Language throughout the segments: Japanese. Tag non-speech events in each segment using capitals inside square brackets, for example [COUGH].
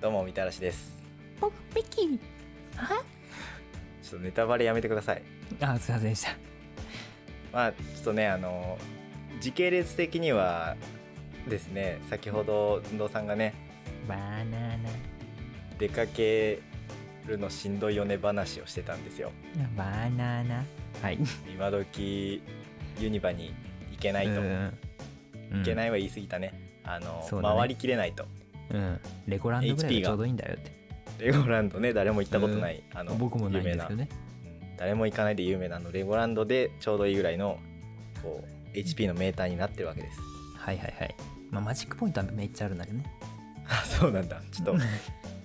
どうもみたらしです僕ミッキーはちょっとネタバレやめてくださいあすいませんでしたまあちょっとねあの時系列的にはですね先ほど運動さんがねバナナ出かけるのしんどいよね話をしてたんですよバナナはい今時ユニバに行けないと、い行けないいは言い過ぎたねあのそうだね回りきれないとうんレゴランドぐらい HP ががちょうどいいんだよってレゴランドね誰も行ったことない、あの僕もないんですよ有名ねなうん誰も行かないで有名なあのレゴランドでちょうどいいぐらいのこう HP のメーターになってるわけですはいはいはいまあマジックポイントはめっちゃあるんだけどねあ [LAUGHS] そうなんだちょっともう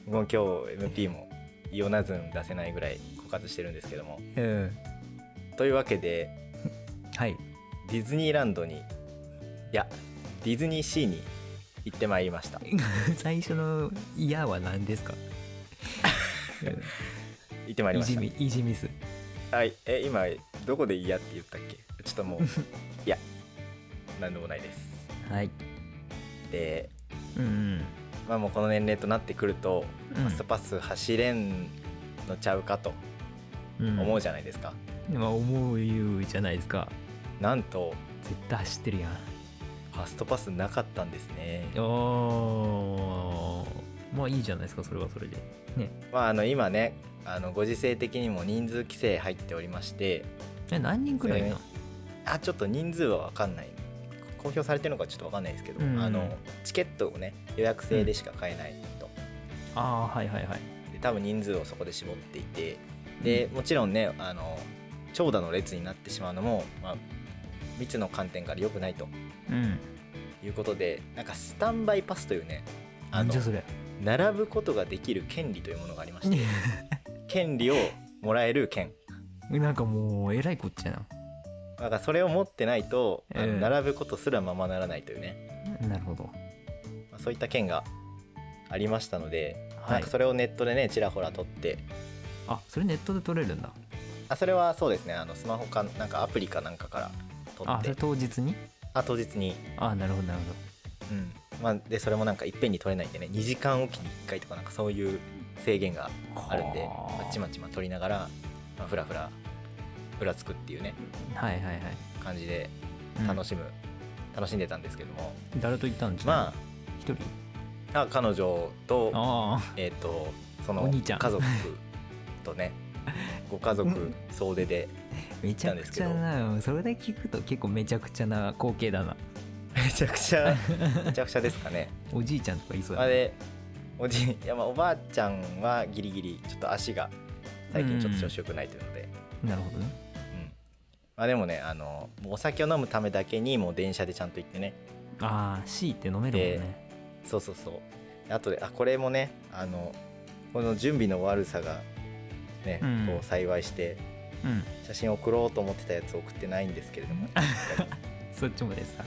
今日 MP もイオナズン出せないぐらい枯渇してるんですけどもうんというわけではい [LAUGHS] ディズニーランドにいやディズニーシーに行ってまいりました行最初の「いや」は何ですかってまいりイまジしミイジミスたはいえ今どこで嫌って言ったっけちょっともういや何でもないですはいでうんまあもうこの年齢となってくると、うんファストパス走れんのちゃうかとうん思うじゃないですか、まあ思うじゃないですかなんと絶対走ってるやんファストパスなかったんですねああまあいいじゃないですかそれはそれでねまああの今ねあのご時世的にも人数規制入っておりましてえ何人くらいえな、あちょっと人数は分かんない公表されてるのかちょっと分かんないですけど、うんあのチケットをね予約制でしか買えないと、ああはいはいはいで多分人数をそこで絞っていてでもちろんねあの長蛇の列になってしまうのも、まあ、密の観点から良くないとうんいうことでなんかスタンバイパスというねあなんのじゃそれ並ぶことができる権利というものがありまして権利をもらえる券 [LAUGHS] なんかもうえらいこっちゃだからそれを持ってないと、あのええ並ぶことすらままならないというね、ななるほどまあ、そういった件がありましたので、はなんいかそれをネットでねちらほら取ってあそれネットで取れるんだあそれはそうですねあのスマホかなんかアプリかなんかから取あっそれて当日にあ当日に、ああなるほどなるほどうんまあ、でそれもなんかいっぺんに取れないんでね2時間おきに1回とかなんかそういう制限があるんではあまちまちま取りながら、まあ、ふらふらふらつくっていうねはいはいはい、感じでうん楽しむ、楽しんでたんですけども誰と行ったんですまああ一人あ彼女とああえっ、とそのお兄ちゃん家族と [LAUGHS] ねご家族総出でめちゃくちゃなそれだけ聞くと結構めちゃくちゃな光景だなめちゃくち [LAUGHS] ゃめちゃくちゃですかね。おじいちゃんとかいそうあだねれおじいいやまあおばあちゃんはギリギリちょっと足が最近ちょっと調子よくないというので、なるほどねうんまあ、でもねあのもうお酒を飲むためだけにもう電車でちゃんと行ってねああ C って飲めるもんね、そうそうそうあとであこれもねあのこの準備の悪さがね、うんこう幸いしてうん写真送ろうと思ってたやつ送ってないんですけれどもそっちもですか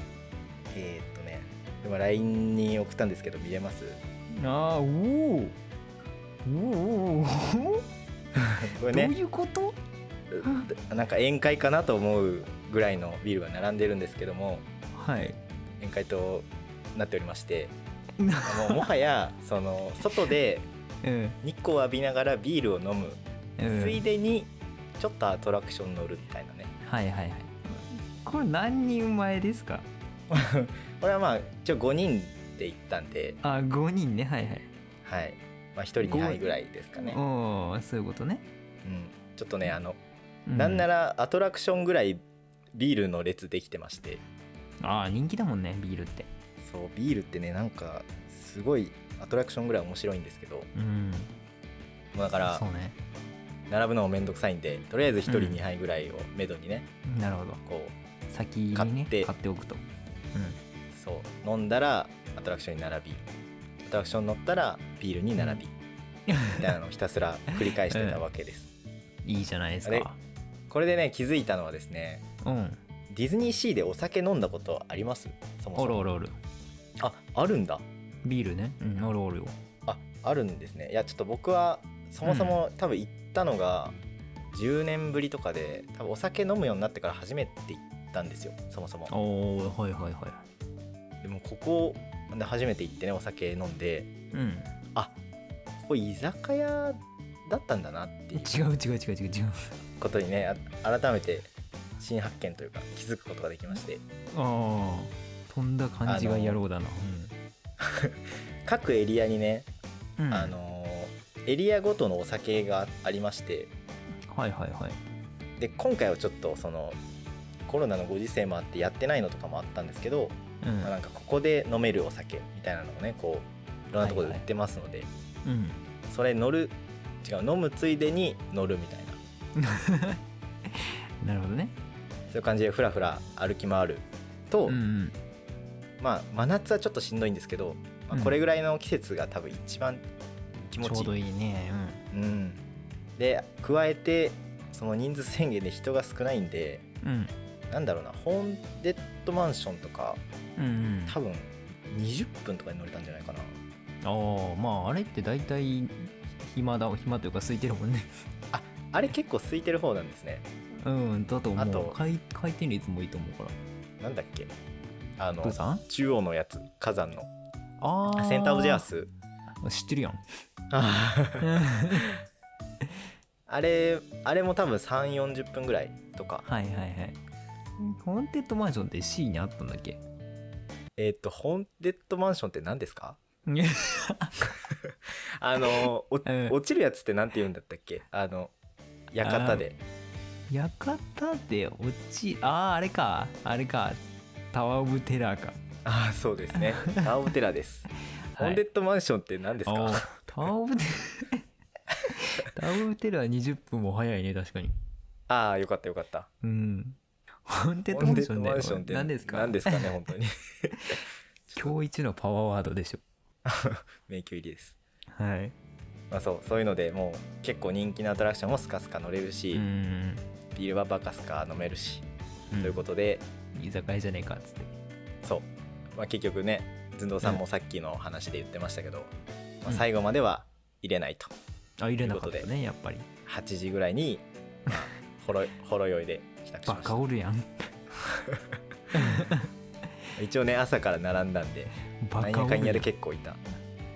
えーっとねでも LINE に送ったんですけど見れ [LAUGHS] ますああおおおおこれどうねいうことなんか宴会かなと思うぐらいのビルが並んでるんですけどもはい宴会となっておりましてもう [LAUGHS] もはやその外でうん日光を浴びながらビールを飲む、うんついでにちょっとアトラクション乗るみたいなね [LAUGHS] はいはいはいこれ何人前ですかこれはまあ一応5人で行ったんで、あ5人ねはいはい、はいまあ、1人2杯ぐらいですかね、おおそういうことね、うん、ちょっとねあの、うなんならアトラクションぐらいビールの列できてましてああ人気だもんねビールってそうビールってねなんかすごいアトラクションぐらい面白いんですけどもうんうだからそうね並ぶのもめんどくさいんでとりあえず1人うん2杯ぐらいをめどにね、なるほどこ先にね買って買っておくとうそう飲んだらアトラクションに並びアトラクション乗ったらビールに並び、みたいなのをひたすら繰り返してたわけです、うんいいじゃないですあれかこれでね気づいたのはですねうんディズニーシーでお酒飲んだことありますそもそおるもおるおるああるんだビールねうんおるおるよああるんですねいやちょっと僕はそもそも多分行ったのが10年ぶりとかで多分お酒飲むようになってから初めて行ったんですよそもそもおおはいはいはでもここで初めて行ってねお酒飲んでいうんあこ居酒屋だったんだなっていう違う違う違う違う違うことにねあ改めて新発見というか気づくことができましてああ飛んだ感じが野郎だな、各エリアにね、うんうんあのーエリアごとのお酒がありましてはいはいはいで今回はちょっとそのコロナのご時世もあってやってないのとかもあったんですけど、うんまあなんかここで飲めるお酒みたいなのをねこういろんなところで売ってますので、うんそれ乗る違う飲むついでに乗るみたいななるほどねそういう感じでふらふら歩き回ると、うんうんまあ真夏はちょっとしんどいんですけど、まあうんこれぐらいの季節が多分一番気持ちょうちいいどいいねうん、で加えてその人数制限で人が少ないんでうんうんなんだろうなホーンデッドマンションとかうんうん多分20分とかに乗れたんじゃないかなああまああれって大体暇だ暇というか空いてるもんねあれ結構空いてる方なんですねうんだと思うあと回回転率もいいと思うかなんだっけあらのプーさん中央のやつ火山のあああセンターオブジェアス知ってるやんあーはあれあれも多分3 4 0分ぐらいとかいはいはいホーンテッドマンションって C にあったんだっけえっ、とホーンデッドマンションって何です [LAUGHS] かあのおうん落ちるやつってなんて言うんだったっけあの館で館で落ちあああれかあれかタワー・オブ・テラーかああそうです [LAUGHS] ねタワーオブテラーです、ホーンデッドマンションって何ですあかータワー・オブ・テ [LAUGHS] ラータワー・オブ・テラー20分も早いね確かにああよかったよかったうんホーンテッホードンマンデシッョドンマだよンションって何ですか何ですかね本当に [LAUGHS] 今日一のパワーワードでしょ迷宮入りですはいまあそうそういうのでもう結構人気のアトラクションもスカスカ乗れるし、うんビールはバカスカ飲めるし、うんということで居酒屋じゃねえかっつってそう、まあ、結局ねずんどうさんもさっきの話で言ってましたけど、まうあ、ん最後までは入れないとあ入れなかっというたこねやっぱり8時ぐらいに、まあ、ほろ [LAUGHS] ほろ酔いで帰宅しバましたカおるやん一応ね朝から並んだんでバ何カやおかんやるやでん結構いたま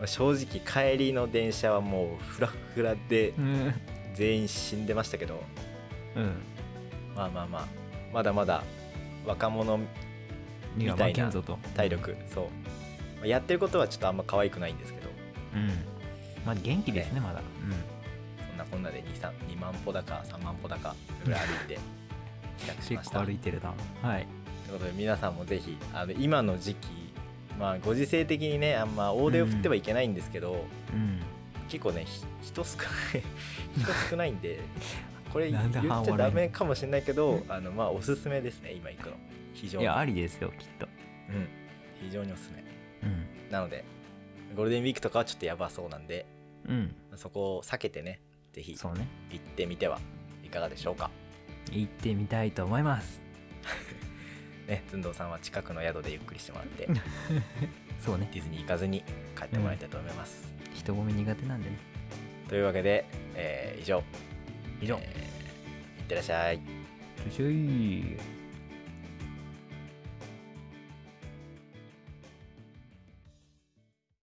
あ正直帰りの電車はもうフラフラでうん全員死んでましたけどうんまあまあまあまだまだ若者にはみた負いなけんぞと体力そうまあやってることはちょっとあんま可愛くないんですけどうんまあ元気ですねまだそんなこんなで 2, 2万歩だか3万歩だかぐらい歩いて帰宅しまし結たと構歩いういてるなはいことで皆さんもぜひあの今の時期まあご時世的にねあんま大手を振ってはいけないんですけど、うん結構ねひ人少ない [LAUGHS] 人少ないんでこれ言なんでっ半ちゃ笑ダいメかもしれないけどあのまあおすすめですね今行くの非常いに、うやん、ありですよきっと非常におすすめうなのでゴールデンウィークとかはちょっとやばそうなんでんうんそこを避けてねぜひそうね行ってみてはいかがでしょうか行ってみたいと思いますねずんどうさんは近くの宿でゆっくりしてもらってうんそうねディズニー行かずに帰ってもらいたいと思います、人混み苦手なんでねというわけで、えー以上以上えーいってらっしゃいちょいちょい